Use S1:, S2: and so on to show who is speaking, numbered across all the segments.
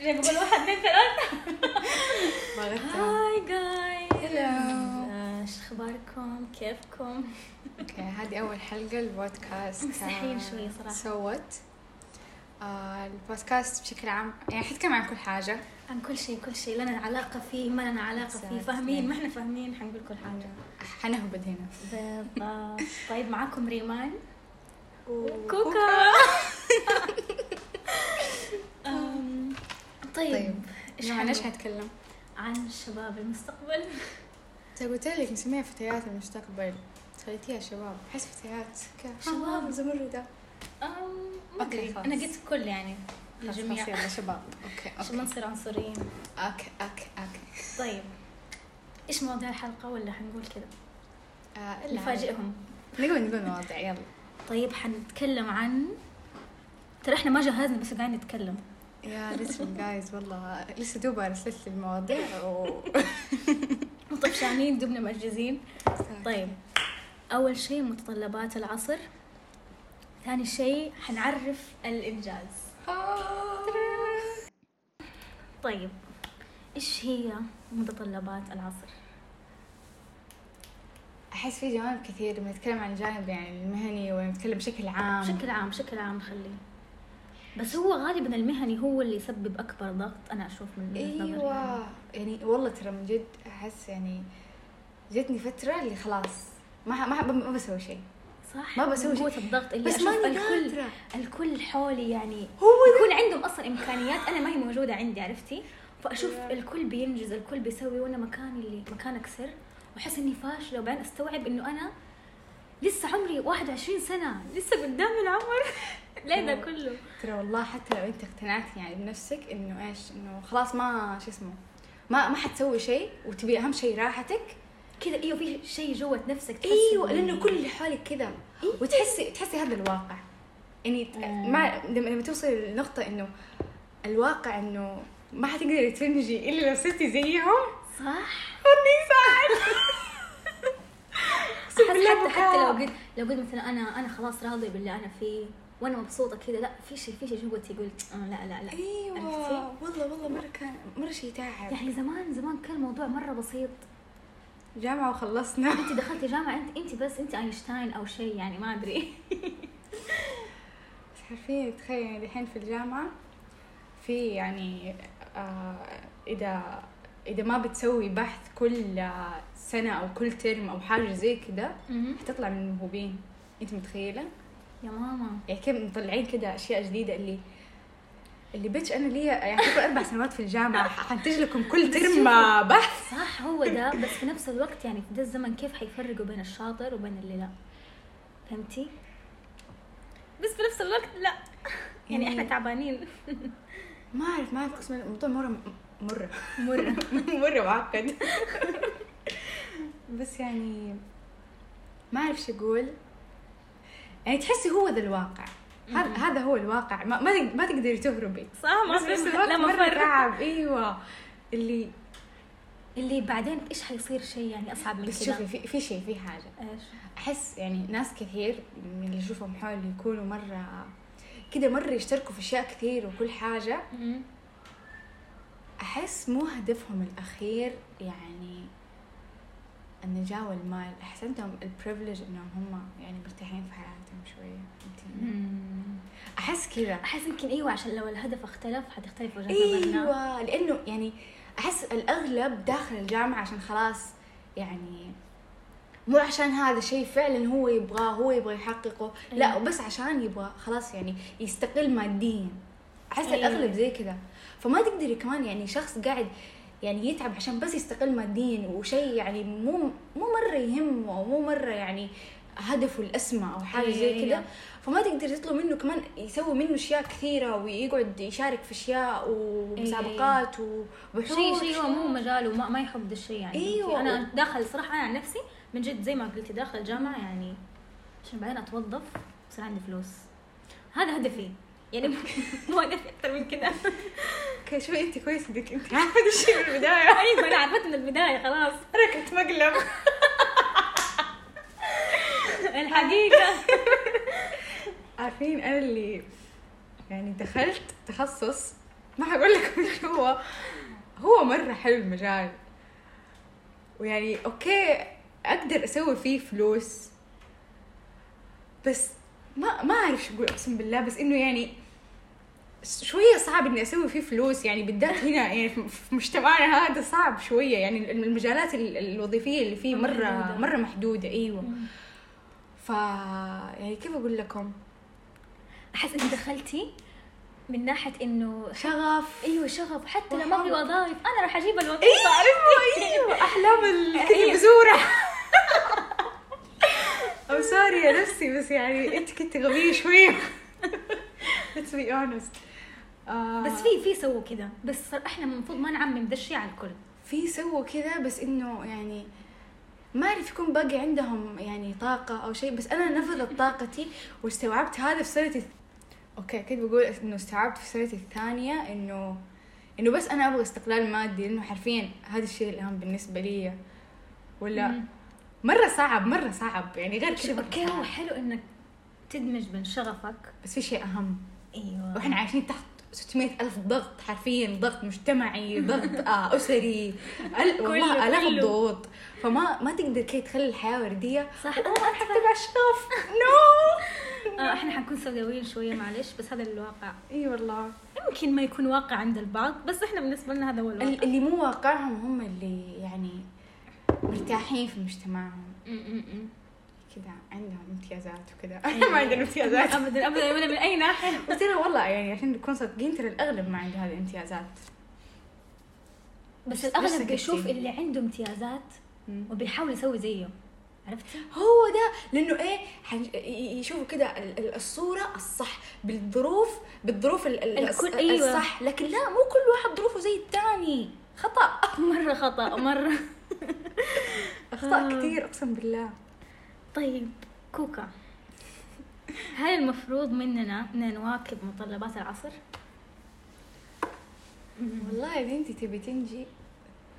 S1: زي ما بقول واحد اثنين ثلاثة
S2: ما غبت
S1: هاي جايز
S2: Hello.
S1: ايش اخباركم؟ آه، كيفكم؟
S2: اوكي هذه اول حلقه البودكاست
S1: مستحيين شوي صراحة.
S2: سوت آه البودكاست بشكل عام يعني حنتكلم عن كل حاجه
S1: عن كل شيء كل شيء لنا علاقة فيه ما لنا علاقة فيه
S2: Exactly.
S1: فاهمين ما احنا فاهمين حنقول كل حاجة
S2: حنهبد هنا
S1: بالضبط طيب معاكم ريمان
S2: كوكا.
S1: وكوكا أم، طيب
S2: طيب
S1: إيش
S2: عن ايش
S1: حنقول؟
S2: حنتكلم؟
S1: عن شباب المستقبل
S2: انت قلت لك نسميها فتيات المستقبل خليتيها شباب احس فتيات كذا آه،
S1: شباب.
S2: زمردة
S1: أم، ما
S2: أوكي،
S1: أدري
S2: خلاص.
S1: أنا قلت كل يعني للجميع
S2: خلاص يلا شباب اوكي
S1: عشان ما
S2: اوكي
S1: نصير عنصريين
S2: اوكي اوكي اوكي
S1: طيب ايش مواضيع الحلقة ولا حنقول كذا؟
S2: آه، إلا
S1: نفاجئهم
S2: نقول نقول مواضيع يلا
S1: طيب حنتكلم عن ترى احنا ما جهزنا بس قاعدين نتكلم
S2: يا لسه جايز والله لسه دوب ارسلت لي المواضيع و
S1: وطفشانين دبنا مأجزين طيب أول شيء متطلبات العصر ثاني شيء حنعرف الإنجاز
S2: آه.
S1: طيب إيش هي متطلبات العصر؟
S2: احس في جوانب كثير بنتكلم عن الجانب يعني المهني ونتكلم بشكل عام
S1: بشكل عام بشكل عام خليه بس هو غالبا المهني هو اللي يسبب أكبر ضغط أنا أشوف من وجهة نظري يعني.
S2: ايوه يعني والله ترى من جد احس يعني جتني فتره اللي خلاص ما ما ما بسوي شيء
S1: صح
S2: ما بسوي
S1: من
S2: شيء.
S1: قوة الضغط اللي
S2: بس
S1: أشوف
S2: ماني
S1: الكل
S2: قادرة.
S1: الكل حولي يعني
S2: هو
S1: يكون عندهم اصلا امكانيات انا ما هي موجوده عندي عرفتي فاشوف الكل بينجز الكل بيسوي وانا مكاني اللي مكانك سر واحس اني فاشله وبعدين استوعب انه انا لسه عمري 21 سنه لسه قدام العمر ليه ده كله
S2: ترى والله حتى لو انت اقتنعت يعني بنفسك انه ايش انه خلاص ما شو اسمه ما ما حتسوي شيء وتبي اهم شيء راحتك
S1: كذا ايوه في شيء جوة نفسك تحس
S2: ايوه
S1: إنه- إيه.
S2: لانه كل اللي حولك كذا وتحسي تحسي هذا الواقع يعني ت-
S1: آه.
S2: ما لما لما توصلي لنقطه انه الواقع انه ما حتقدري تنجي الا لو صرتي زيهم
S1: صح
S2: خلني ساعد
S1: أحس حتى حتى لو قلت لو قلت مثلا انا انا خلاص راضيه باللي انا فيه وانا مبسوطه كذا لا في شيء في شيء جوتي قلت آه لا لا لا
S2: ايوه
S1: عرفتي؟
S2: والله والله مره كان مره شيء تعب
S1: يعني زمان زمان كان الموضوع مره بسيط
S2: جامعه وخلصنا
S1: انت دخلتي جامعه انت انت بس انت اينشتاين او شيء يعني ما ادري
S2: بس حرفيا تخيل الحين في الجامعة في يعني آه إذا إذا ما بتسوي بحث كل آه، سنة أو كل ترم أو حاجة زي كده حتطلع من الموهوبين أنت متخيلة؟
S1: يا ماما
S2: يعني كيف مطلعين كده أشياء جديدة اللي اللي بيتش أنا لي يعني كل أربع سنوات في الجامعة حنتج لكم كل ترم آه، بحث
S1: صح هو ده بس في نفس الوقت يعني في ده الزمن كيف حيفرقوا بين الشاطر وبين اللي لا فهمتي بس في نفس الوقت لا يعني احنا تعبانين
S2: ما أعرف ما أعرف أقسم بالله الموضوع مرة مرة
S1: مرة
S2: مرة معقد بس يعني ما اعرف شو اقول يعني تحسي هو ذا الواقع هذا هذا هو الواقع ما ما, تق- ما تقدري تهربي
S1: صح ما
S2: بس في نفس الوقت
S1: لا
S2: مرة
S1: مفر
S2: تعب ايوه اللي
S1: اللي بعدين ايش حيصير شيء يعني اصعب من
S2: بس
S1: كذا
S2: شوفي في, في شيء في حاجه
S1: ايش
S2: احس يعني ناس كثير من اللي اشوفهم حولي يكونوا مره كده مره يشتركوا في اشياء كثير وكل حاجه
S1: مم.
S2: احس مو هدفهم الاخير يعني النجاة والمال احس عندهم البريفليج انهم هم يعني مرتاحين في حياتهم شوية فهمتيني؟ احس كذا
S1: احس يمكن ايوه عشان لو الهدف اختلف حتختلف وجهه نظرنا
S2: ايوه لانه يعني احس الاغلب داخل الجامعة عشان خلاص يعني مو عشان هذا شيء فعلا هو يبغاه هو يبغى يحققه لا
S1: أيوة.
S2: بس عشان يبغى خلاص يعني يستقل ماديا احس
S1: أيوة.
S2: الاغلب زي كذا فما تقدري كمان يعني شخص قاعد يعني يتعب عشان بس يستقل ماديا وشيء يعني مو مو مره يهمه مو مره يعني هدفه الاسمى او حاجه زي
S1: أيوة.
S2: كذا فما تقدر تطلب منه كمان يسوي منه اشياء كثيره ويقعد يشارك في اشياء ومسابقات وبحوث
S1: شيء شيء إيه. هو مو مجاله وما ما يحب ذا الشيء يعني
S2: أيوة.
S1: انا داخل صراحه انا عن نفسي من جد زي ما قلتي داخل الجامعه يعني عشان بعدين اتوظف يصير عندي فلوس هذا هدفي يعني مو- مو هدفي اكثر من كذا
S2: أوكي، شوي انت كويس انك انت عارفه هذا الشيء من البدايه
S1: ايوه انا عرفت من البدايه خلاص
S2: انا كنت مقلب
S1: الحقيقه
S2: عارفين انا اللي يعني دخلت تخصص ما حقول لكم ايش هو هو مره حلو المجال ويعني اوكي اقدر اسوي فيه فلوس بس ما ما اعرف شو اقول اقسم بالله بس انه يعني شويه صعب اني اسوي فيه فلوس يعني بالذات هنا يعني في في مجتمعنا هذا صعب شويه يعني المجالات ال- الوظيفيه اللي فيه مره
S1: محدودة.
S2: مره محدوده ايوه
S1: مم.
S2: ف يعني كيف اقول لكم
S1: احس انك دخلتي من ناحيه انه
S2: شغف
S1: ايوه شغف حتى لو ما
S2: وحب.
S1: في وظائف انا راح اجيب الوظيفه
S2: ايوه ايوه احلام
S1: أيوة.
S2: الكتب بزوره او سوري يا نفسي بس يعني انت كنت غبيه شويه let's be honest آه،
S1: بس في في سووا كذا بس صار- احنا المفروض ما نعمم ذا الشيء على الكل
S2: في سووا كذا بس انه يعني ما اعرف يكون باقي عندهم يعني طاقة أو شيء بس أنا نفذت طاقتي واستوعبت هذا في سنة الث... أوكي كنت بقول إنه استوعبت في سنة الثانية إنه إنه بس أنا أبغى استقلال مادي لأنه حرفيا هذا الشيء الأهم بالنسبة لي ولا
S1: مم.
S2: مرة صعب مرة صعب يعني غير كذا مرة
S1: اوكي هو
S2: صعب.
S1: حلو انك تدمج بين شغفك
S2: بس في شيء أهم
S1: ايوه
S2: واحنا عايشين تحت 600 ألف ضغط حرفيا ضغط مجتمعي ضغط آه أسري أل... والله
S1: كله-
S2: آلاف
S1: كله.
S2: الضغوط فما ما تقدر كي تخلي الحياة وردية
S1: صح
S2: أنا
S1: أنا
S2: ما أحب تبع الشغف نو
S1: آه، احنا حنكون سوداويين شويه معلش بس هذا الواقع
S2: اي والله
S1: يمكن ما يكون واقع عند البعض بس احنا بالنسبه لنا هذا هو الواقع
S2: ال- اللي مو واقعهم هم اللي يعني مرتاحين في مجتمعهم
S1: م- م-
S2: كذا عندهم امتيازات وكذا
S1: أيوة.
S2: ما عندنا امتيازات
S1: ابدا ابدا ولا من اي ناحيه
S2: بس ترى والله يعني عشان نكون صادقين ترى الاغلب ما عنده هذه الامتيازات
S1: بس
S2: بس
S1: الاغلب
S2: سكتي.
S1: بيشوف اللي عنده امتيازات وبيحاول يسوي زيه عرفتي؟
S2: هو ده لانه ايه حن- ي- يشوفوا كده ال- ال- الصوره الصح بالظروف بالظروف ال- ال-
S1: الكل-
S2: الص-
S1: أيوة.
S2: الصح لكن لا مو كل واحد ظروفه زي الثاني خطا
S1: مره خطا مره
S2: اخطاء
S1: آه.
S2: كثير اقسم بالله
S1: طيب كوكا هل المفروض مننا ان نواكب متطلبات العصر؟
S2: والله يا بنتي تبي تنجي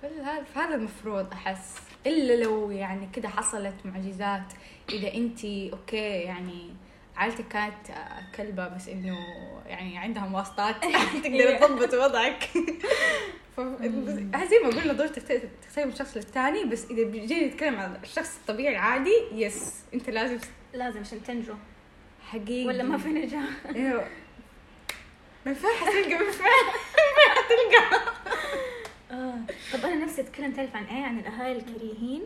S2: كل هذا هذا المفروض احس الا لو يعني كده حصلت معجزات اذا انت اوكي يعني عائلتك كانت آه، كلبه بس انه يعني عندها واسطات يعني تقدر تضبط وضعك ف- بس- زي ما قلنا دور تختلف تختلف من شخص للثاني بس اذا بيجي نتكلم عن الشخص الطبيعي العادي يس انت لازم
S1: لازم عشان تنجو
S2: حقيقي
S1: ولا ما في نجاح
S2: إيوه. ما ينفعش تلقى ما ينفعش ما ينفعش تلقى
S1: آه. طب انا نفسي اتكلم تعرف عن ايه؟ عن الاهالي الكريهين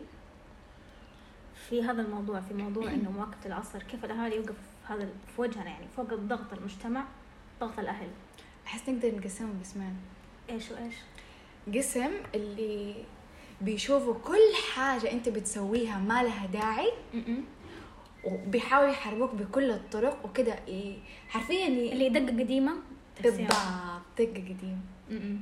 S1: في هذا الموضوع في موضوع انه مواكبه العصر كيف الاهالي يوقف في هذا في وجهنا يعني فوق الضغط المجتمع ضغط الاهل
S2: احس نقدر نقسمهم قسمين
S1: ايش وايش؟
S2: قسم اللي بيشوفوا كل حاجة أنت بتسويها ما لها داعي وبيحاولوا يحاربوك بكل الطرق وكده إيه، ي- حرفيا ي-
S1: اللي دقه قديمه
S2: بالضبط دقة قديم
S1: م-م.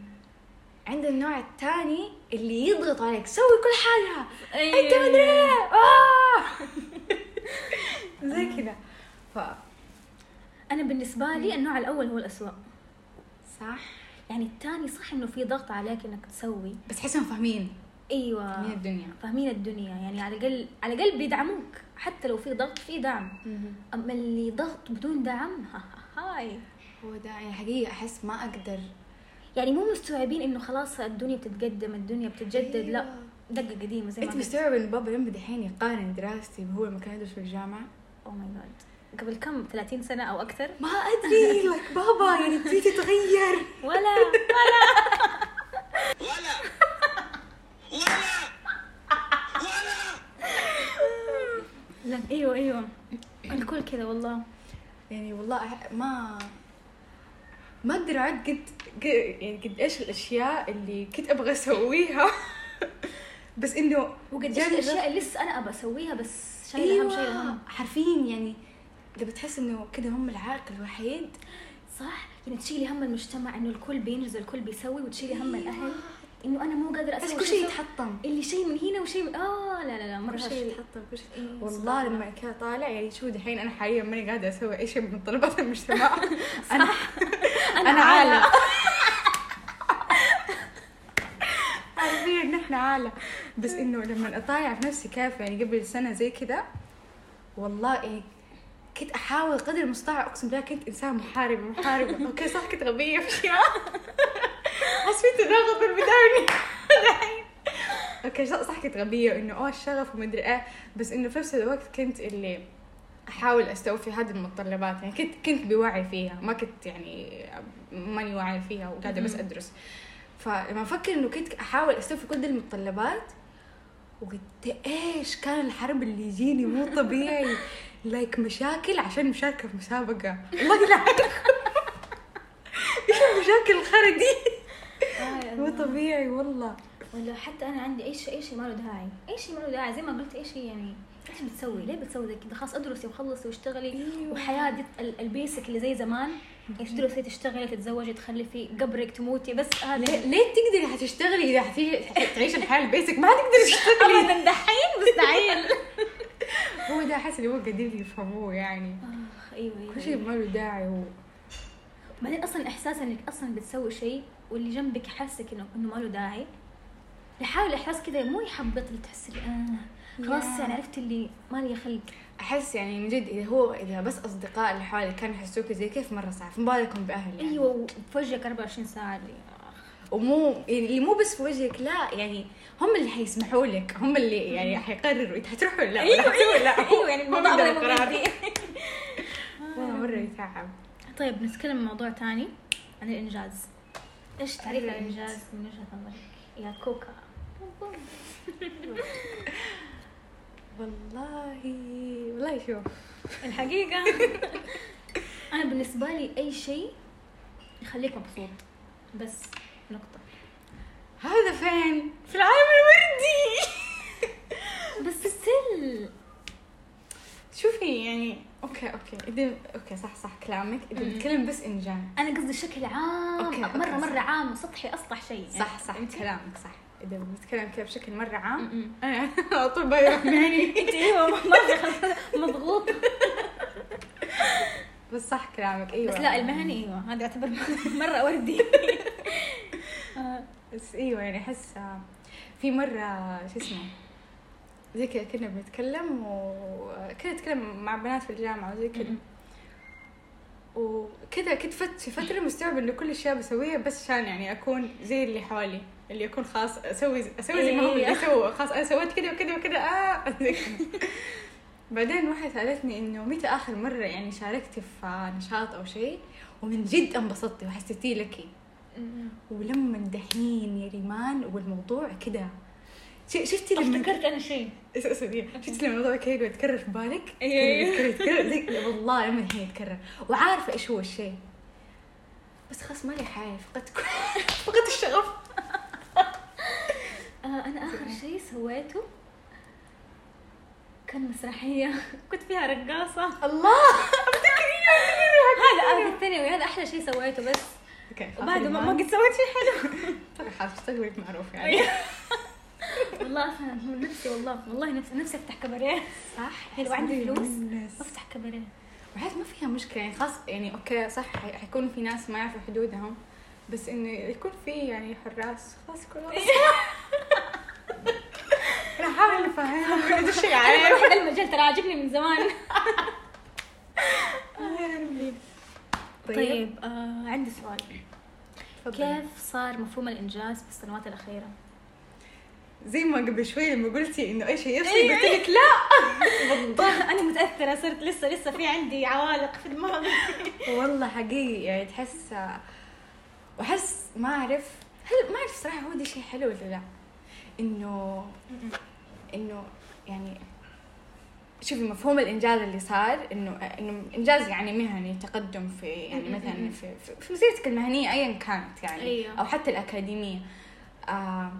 S2: عند النوع الثاني اللي يضغط عليك سوي كل حاجة
S1: أيوة.
S2: أنت مدري إيه، آه زي كده ف
S1: انا بالنسبه لي النوع الاول هو الأسوأ
S2: صح
S1: يعني الثاني صح انه في ضغط عليك انك تسوي
S2: بس حسهم فاهمين من
S1: ايوه
S2: الدنيا
S1: فاهمين الدنيا يعني على الاقل على الاقل بيدعموك حتى لو في ضغط في دعم اما اللي ضغط بدون دعم ها ها هاي
S2: هو ده يعني حقيقة أحس ما أقدر
S1: يعني مو مستوعبين انه خلاص الدنيا بتتقدم الدنيا بتتجدد لا
S2: أيوة.
S1: دقه قديمه زي ما
S2: انت مستوعب ان بابا لما دحين يقارن دراستي بهو لما كان يدرس في الجامعه؟
S1: او ماي جاد Oh قبل كم 30 سنه او اكثر
S2: ما ادري لك بابا يعني تبي تتغير
S1: ولا لا ايوه ايوه الكل كذا والله
S2: يعني والله أح- ما ما اقدر اعد قد قد- يعني قد ايش الاشياء اللي كنت ابغى اسويها بس انه
S1: وقد ايش
S2: جاني
S1: الاشياء اللي لسه انا ابى اسويها بس
S2: ضغط-
S1: شايله اهم شيء الهم
S2: حرفيا أيوة. يعني اذا بتحس انه كده هم العائق الوحيد
S1: صح يعني تشيلي هم المجتمع انه الكل بينجز الكل بيسوي وتشيلي هم الاهل انه انا مو قادره
S2: أيوة. بس
S1: اسوي
S2: كل شيء
S1: أسوي.
S2: يتحطم
S1: اللي شيء من هنا وشيء من اه لا لا لا مره
S2: كل شيء
S1: شيء
S2: يتحطم كل شيء
S1: إيه،
S2: والله لما كده طالع يعني شو دحين انا حاليا ماني قاعده اسوي اي شيء من طلبات المجتمع انا انا عالة حرفيا نحن عالة بس انه لما اطالع في نفسي كيف يعني قبل سنة زي كذا والله يعني كنت احاول قدر المستطاع اقسم بالله كنت انسان محاربة محاربة اوكي صح كنت غبية في اشياء الشغف البداية دحين. اوكي ص- صح كنت غبية انه اه الشغف ومدري ايه بس انه في نفس الوقت كنت اللي احاول استوفي هذه المتطلبات يعني كنت كنت بوعي فيها ما كنت يعني ماني واعية فيها وقاعدة بس
S1: مم.
S2: ادرس فلما افكر انه كنت احاول استوفي كل دي المتطلبات وقد ايش كان الحرب اللي يجيني مو طبيعي لايك مشاكل عشان مشاركه في مسابقه والله لا ايش المشاكل الخرا دي
S1: آه، يا
S2: مو
S1: الله.
S2: طبيعي والله
S1: ولا حتى انا عندي اي شيء اي شيء ما له داعي اي شيء ما له داعي زي ما قلت اي شيء يعني ايش بتسوي ليه بتسوي زي كذا خلاص ادرسي وخلصي واشتغلي
S2: أيوة.
S1: وحياه دي ال- البيسك اللي زي زمان ايش تدرسي تشتغلي تتزوجي تخلفي قبرك تموتي بس هذا
S2: ليه, ليه تقدري حتشتغلي اذا حتيجي تعيش الحياه البيسك ما حتقدري تشتغلي
S1: ابدا دحين مستحيل
S2: هو ده احس اللي هو قاعدين يفهموه يعني
S1: اخ ايوه
S2: كل
S1: ايوه
S2: شيء ما له داعي هو
S1: بعدين اصلا احساس انك اصلا بتسوي شيء واللي جنبك حاسك انه انه ما له داعي يحاول الاحساس كذا مو يحبط اللي تحس اللي آه خلاص
S2: Yeah.
S1: يعني عرفت اللي ما لي خلق
S2: احس يعني من جد اذا هو اذا بس اصدقاء اللي حوالي كانوا يحسوكي زي كيف مره صعب ما بالكم باهل يعني.
S1: ايوه وفجأة 24 ساعه اللي آخ.
S2: ومو يعني اللي مو بس في وجهك لا يعني هم اللي حيسمحوا لك هم اللي يعني حيقرروا انت حتروح ولا لا ولا حتسوي ولا لا
S1: ايوه يعني
S2: هم
S1: الموضوع
S2: بيقدروا
S1: غير
S2: القرار.
S1: مجدي.
S2: والله مره يتعب
S1: طيب نتكلم عن موضوع ثاني عن الانجاز ايش تعريف
S2: أيوة.
S1: الانجاز من وجهه نظرك يا كوكا
S2: والله والله شوف
S1: الحقيقه انا بالنسبه لي اي شيء يخليك مبسوط بس نقطه
S2: هذا فين في العالم الوردي
S1: بس ستيل
S2: شوفي يعني اوكي اوكي اذا اوكي صح صح كلامك اذا
S1: مم.
S2: بتكلم بس انجاز
S1: انا قصدي بشكل عام
S2: أوكي، أوكي،
S1: مره
S2: صح.
S1: مره عام وسطحي اسطح شيء يعني.
S2: صح صح يعني كلامك صح اذا بنتكلم كذا بشكل مره عام
S1: م-م.
S2: انا على طول بروح يعني
S1: انت ايوه مره مضغوط
S2: بس صح كلامك ايوه
S1: بس لا المهني ايوه هذا يعتبر مره وردي آه،
S2: بس ايوه يعني احس آه، في مره شو اسمه زي كذا كنا بنتكلم وكنا نتكلم مع بنات في الجامعه وزي كذا
S1: م-م.
S2: وكذا كنت فت في فتره مستوعبه انه كل الاشياء بسويها بس عشان يعني اكون زي اللي حوالي اللي اكون خاص اسوي اسوي زي ما هم
S1: إيه.
S2: اللي سووا خاص انا سويت كذا وكذا وكذا اه زي كذا. بعدين واحده سالتني انه متى اخر مره يعني شاركتي في نشاط او شيء ومن جد انبسطتي وحسيتي لكي
S1: أمم.
S2: ولما دحين يا ريمان والموضوع كده ش- شفتي لما
S1: افتكرت انا شيء
S2: اس- اس- دقيقة. شفتي لما الموضوع كده يتكرر في بالك
S1: أيوة.
S2: يتكرر يتكرر زي- والله لما دحين يتكرر وعارفه ايش هو الشيء بس خلاص مالي حياة فقدت كل- فقدت الشغف
S1: آه، انا اخر شيء سويته كان مسرحيه كنت فيها رقاصه
S2: الله
S1: هذا انا آه، في الثانوي هذا احلى شيء سويته بس وبعده ما ما قد سويت شيء حلو
S2: خلاص تشتغلك معروف يعني
S1: والله أصلاً من نفسي والله والله نفسي نفسي افتح كباريه
S2: صح
S1: حلو، عندي
S2: حسيت
S1: فلوس.
S2: بالنس.
S1: افتح كباريه
S2: وحيت ما فيها مشكلة يعني خاص يعني اوكي صح حي- حيكون في ناس ما يعرفوا حدودهم بس انه يكون في يعني حراس خلاص يكون واضح. انا حاول افهمهم هذا الشيء
S1: انا
S2: عارف
S1: بروح هذا المجال ترى عاجبني من زمان
S2: طيب
S1: طيب آه عندي سؤال
S2: تفضلي.
S1: كيف صار مفهوم الانجاز في السنوات الاخيره
S2: زي ما قبل شوي لما قلتي انه اي شيء يفصل
S1: أيوة.
S2: قلت لك لا
S1: انا متاثره صرت لسه لسه في عندي عوالق في دماغي
S2: والله حقيقي يعني تحس واحس ما اعرف هل ما اعرف صراحه هو ده شيء حلو ولا لا انه انه يعني شوفي مفهوم الانجاز اللي صار انه انه انجاز يعني مهني تقدم في يعني
S1: م- م-
S2: مثلا
S1: م.
S2: في في- في مسيرتك المهنيه ايا كانت يعني
S1: أيوه.
S2: او حتى الاكاديميه آه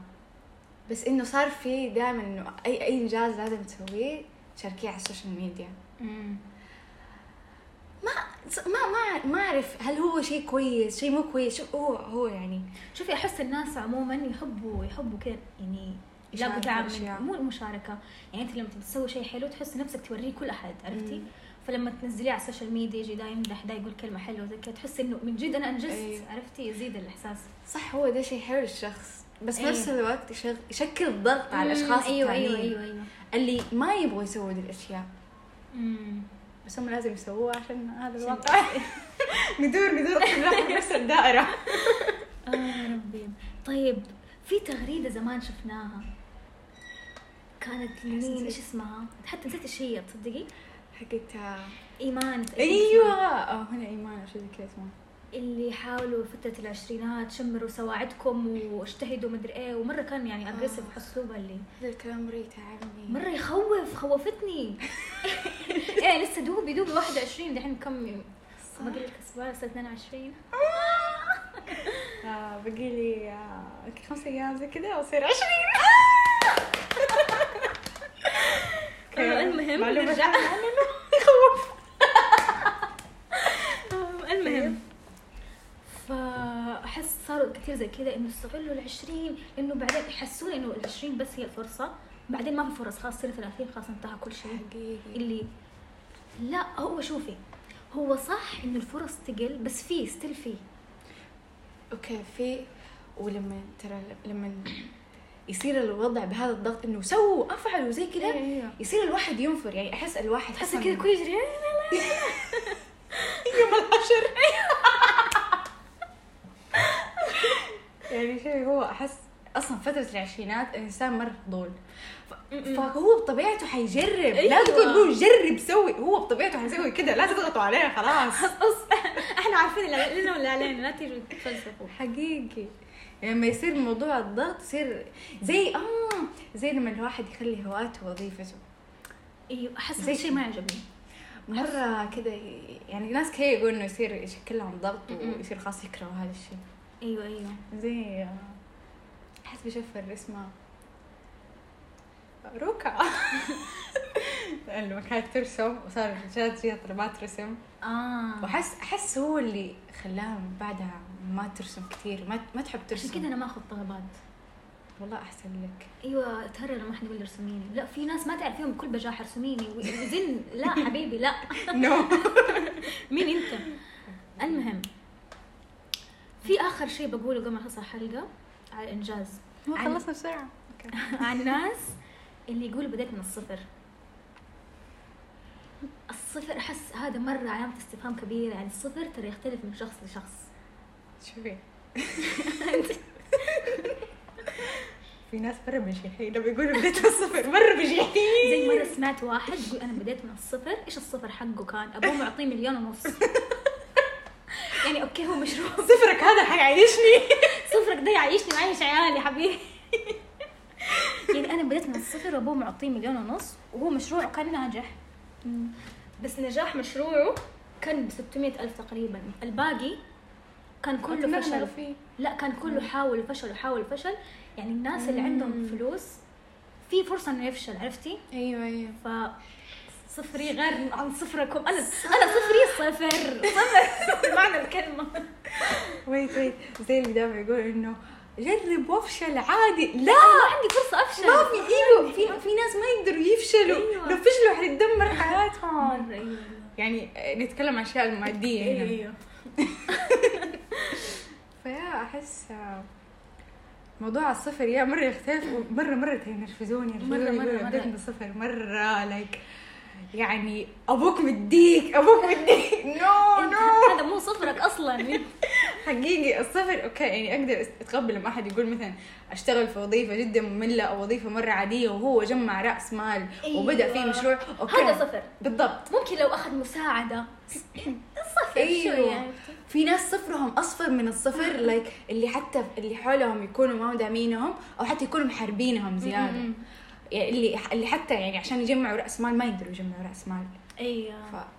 S2: بس انه صار في دائما انه اي اي انجاز لازم تسويه تشاركيه على السوشيال ميديا ما ما ما ما اعرف هل هو شيء كويس شيء مو كويس شو هو هو يعني
S1: شوفي احس الناس عموما يحبوا يحبوا كذا يعني يلاقوا
S2: يشاركوا
S1: دعم
S2: أشياء.
S1: من مو المشاركه يعني انت لما تسوي شيء حلو تحس نفسك توريه كل احد عرفتي
S2: مم.
S1: فلما تنزليه على السوشيال ميديا يجي دا يمدح دا يقول كلمه حلوه زي كذا تحس انه من جد انا انجزت
S2: أيوه.
S1: عرفتي يزيد الاحساس
S2: صح هو ده شيء حلو للشخص بس في
S1: أيوه.
S2: نفس الوقت يشغ- يشكل ضغط على الاشخاص
S1: ايوه ايوه
S2: التانيين
S1: ايوه ايوه
S2: اللي ما يبغوا يسووا دي الاشياء
S1: مم.
S2: بس هم لازم يسووها عشان هذا
S1: عشان-
S2: الواقع ندور ندور كلنا في نفس الدائره
S1: آه يا ربي طيب في تغريده زمان شفناها كانت لمين
S2: نسيت.
S1: ايش اسمها حتى نسيت ايش هي تصدقي
S2: حقت آه،
S1: ايمان تقريباً
S2: ايوه آه، هنا ايمان أو شيء زي كذا اسمها
S1: اللي حاولوا فترة العشرينات شمروا سواعدكم واجتهدوا مدري ايه ومرة كان يعني اجريسيف اسلوبها اللي
S2: هذا الكلام مرة يتعبني
S1: مرة يخوف خوفتني ايه لسه دوبي دوبي 21 دحين كم
S2: صح.
S1: باقي لي كسبان لسه 22
S2: آه، بقي لي آه، خمس ايام زي كذا واصير 20
S1: آه، المهم
S2: معلومة
S1: نرجع.
S2: ثانية عنه إنه يخوف
S1: المهم فاحس صاروا كثير زي كذا انه استغلوا ال 20 لانه بعدين يحسون انه ال 20 بس هي الفرصه بعدين ما في فرص خلاص صير 30 خلاص انتهى كل شيء
S2: طيب. حقيقي
S1: اللي لا هو شوفي هو صح انه الفرص تقل بس في ستيل في
S2: اوكي في ولما ترى لما يصير الوضع بهذا الضغط انه سووا افعلوا زي كذا يصير الواحد ينفر يعني احس الواحد
S1: تحس كذا كل يجري
S2: يوم الحشر يعني شيء هو احس اصلا فتره العشرينات الانسان مره فضول ف-
S1: م-م.
S2: فهو بطبيعته حيجرب
S1: أيوة.
S2: لا تقول له جرب سوي هو بطبيعته حيسوي كذا لا تضغطوا عليه خلاص
S1: احنا عارفين اللي علينا ولا علينا لا تيجوا تفلسفوا
S2: حقيقي لما يصير موضوع الضغط يصير زي اه زي لما الواحد يخلي هواته وظيفته
S1: ايوه احس
S2: زي
S1: هذا الشيء ما يعجبني
S2: مره كذا ي- يعني ناس كثير يقولوا انه يصير يشكل لهم ضغط
S1: م-م.
S2: ويصير خلاص يكرهوا هذا الشيء
S1: ايوه ايوه
S2: زي احس بشوف الرسمة روكا لما كانت ترسم وصار جات فيها طلبات رسم
S1: اه
S2: واحس احس هو اللي خلاها من بعدها ما ترسم كثير ما ما تحب
S1: عشان كذا
S2: ترسم
S1: انا ما اخذ طلبات
S2: والله احسن لك
S1: ايوه تهرر لما حد يقول لي ارسميني لا في ناس ما تعرف فيهم بكل بجاحه ارسميني وزن لا حبيبي لا
S2: نو
S1: مين انت المهم في اخر شيء بقوله قبل ما اخلص الحلقه على الانجاز خلصنا
S2: بسرعة
S1: عن الناس اللي يقولوا بديت من الصفر الصفر احس هذا مره علامه استفهام كبيره يعني الصفر ترى يختلف من شخص لشخص
S2: شوفي في ناس مرة بنشيحين لما يقولوا بديت من الصفر مرة بنشيحين
S1: زي مره سمعت واحد يقول انا بديت من الصفر ايش الصفر حقه كان ابوه معطيه مليون ونص يعني اوكي هو مشروع
S2: صفرك هذا حيعيشني
S1: صفرك ده يعيشني وعايش عيالي حبيبي يعني انا بديت من الصفر وابوه معطيه مليون ونص وهو مشروعه كان ناجح بس نجاح مشروعه كان ب 600 ألف تقريبا الباقي كان كله فشل
S2: فيه
S1: لا كان كله حاول وفشل وحاول وفشل يعني الناس اللي
S2: مم.
S1: عندهم فلوس في فرصة انه يفشل عرفتي؟
S2: ايوه ايوه
S1: ف صفري غير عن صفركم انا انا صفري صفر صفر معنى الكلمة
S2: ويت ويت زي اللي دائما يقول انه جرب وافشل عادي لا
S1: ما عندي فرصة افشل
S2: ما في ايوه في في ناس ما يقدروا يفشلوا
S1: أيوة.
S2: لو فشلوا حتدمر حياتهم
S1: مرة ايوه
S2: يعني نتكلم عن الاشياء الماديه هنا
S1: ايوه
S2: فيا احس آه، موضوع الصفر يا مره يختلف ومره مره ينرفزوني
S1: مرة-
S2: ينرفزوني،
S1: مرة-
S2: يقولوا
S1: مرة.
S2: بديت من الصفر مره لايك يعني ابوك مديك ابوك مديك نو
S1: انت
S2: نو
S1: هذا مو صفرك اصلا
S2: حقيقي الصفر اوكي يعني اقدر اتقبل لما احد يقول مثلا اشتغل في وظيفه جدا ممله او وظيفه مره عاديه وهو جمع راس مال
S1: أيوة.
S2: وبدا فيه مشروع اوكي
S1: هذا صفر
S2: بالضبط
S1: ممكن لو اخذ مساعدة صفر شوية
S2: أيوة.
S1: عرفتي؟
S2: في ناس صفرهم اصفر من الصفر
S1: Mm-hmm.
S2: لايك اللي حتى اللي حولهم يكونوا ما مدعمينهم او حتى يكونوا محاربينهم
S1: Mm-hmm.
S2: زياده
S1: م-م.
S2: يعني اللي اللي حتى يعني عشان يجمعوا راس مال ما يقدروا يجمعوا راس مال
S1: ايوه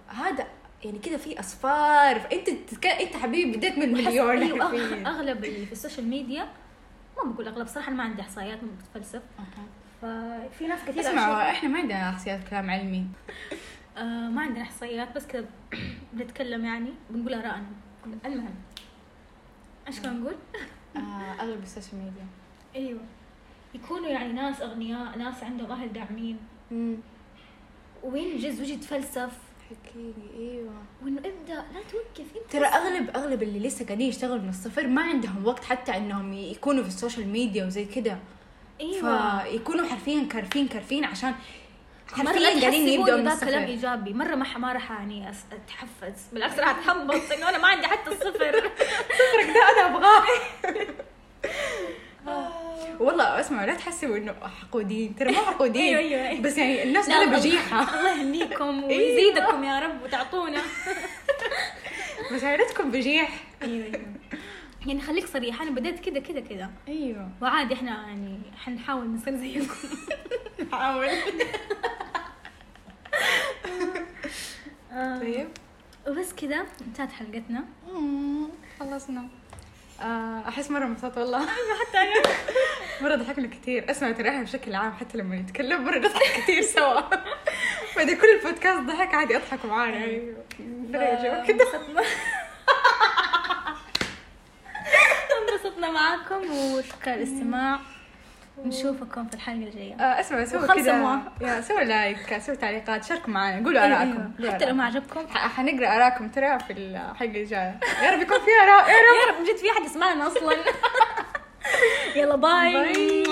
S2: فهذا يعني كده في اصفار فانت تتك... انت حبيبي بديت من مليون
S1: أيوة، أغ-
S2: حرفياً.
S1: اغلب اللي في السوشيال ميديا ما بقول اغلب صراحة أنا ما عندي احصائيات ما بتفلسف
S2: أوكي.
S1: ففي ناس كثير
S2: اسمعوا
S1: أشوف-
S2: احنا ما عندنا احصائيات كلام علمي
S1: آه ما عندنا احصائيات بس كذا بنتكلم يعني بنقول ارائنا المهم ايش كنا نقول؟
S2: آه، اغلب السوشيال ميديا أيوة.
S1: ايوه يكونوا يعني ناس اغنياء ناس عندهم اهل داعمين وينجز ويجي يتفلسف
S2: حقيقي ايوه
S1: وانه ابدا لا توقف انت
S2: ترى اغلب اغلب اللي لسه قاعدين يشتغلوا من الصفر ما عندهم وقت حتى انهم يكونوا في السوشيال ميديا وزي كده
S1: ايوه
S2: فيكونوا حرفيا كارفين كارفين عشان
S1: مرة لا
S2: حرفيا قاعدين
S1: تحسبوني
S2: يبدأوا من
S1: ذا كلام
S2: الصفر
S1: ايجابي مره ما ح- ما راح يعني أس- اتحفز بالعكس راح اتحبط انه انا ما عندي حتى الصفر
S2: صفرك ده انا ابغاه
S1: آه.
S2: اسمعوا لا تحسبوا انه حقودين ترى مو
S1: ايوه
S2: حقودين
S1: ايوه أيوة.
S2: بس يعني الناس
S1: لا،
S2: اغلب
S1: الله-
S2: جيحه
S1: الله يهنيكم
S2: أيوة.
S1: ويزيدكم يا رب وتعطونا
S2: بس عيلتكم بجيح
S1: ايوه أيوة. يعني خليك صريحه انا بديت كذا كذا كذا
S2: ايوه
S1: وعادي احنا يعني حنحاول نصير زيكم
S2: حاول
S1: آه.
S2: طيب
S1: وبس كذا انتهت حلقتنا
S2: مم، خلصنا آه، احس مره مبسوطه والله حتى
S1: أنا.
S2: مره ضحكنا كثير اسمع ترى احنا بشكل عام حتى لما نتكلم مره نضحك كثير سوا بعد كل البودكاست ضحك عادي اضحك معانا يعني
S1: أيوة.
S2: درجة كده
S1: انبسطنا انبسطنا معاكم وشكرا للاستماع نشوفكم في الحلقه الجايه
S2: آه، اسمع سووا
S1: وخمسة
S2: كده
S1: موا.
S2: يا سووا لايك سووا تعليقات شاركوا معنا قولوا
S1: أيوة،
S2: ارائكم
S1: أيوة.
S2: قولوا
S1: حتى لو
S2: آرائكم.
S1: ما عجبكم
S2: ح- حنقرا اراءكم ترى في الحلقه الجايه يا رب يكون في اراء يا رب
S1: يا رب جد في احد يسمعنا اصلا يلا باي
S2: باي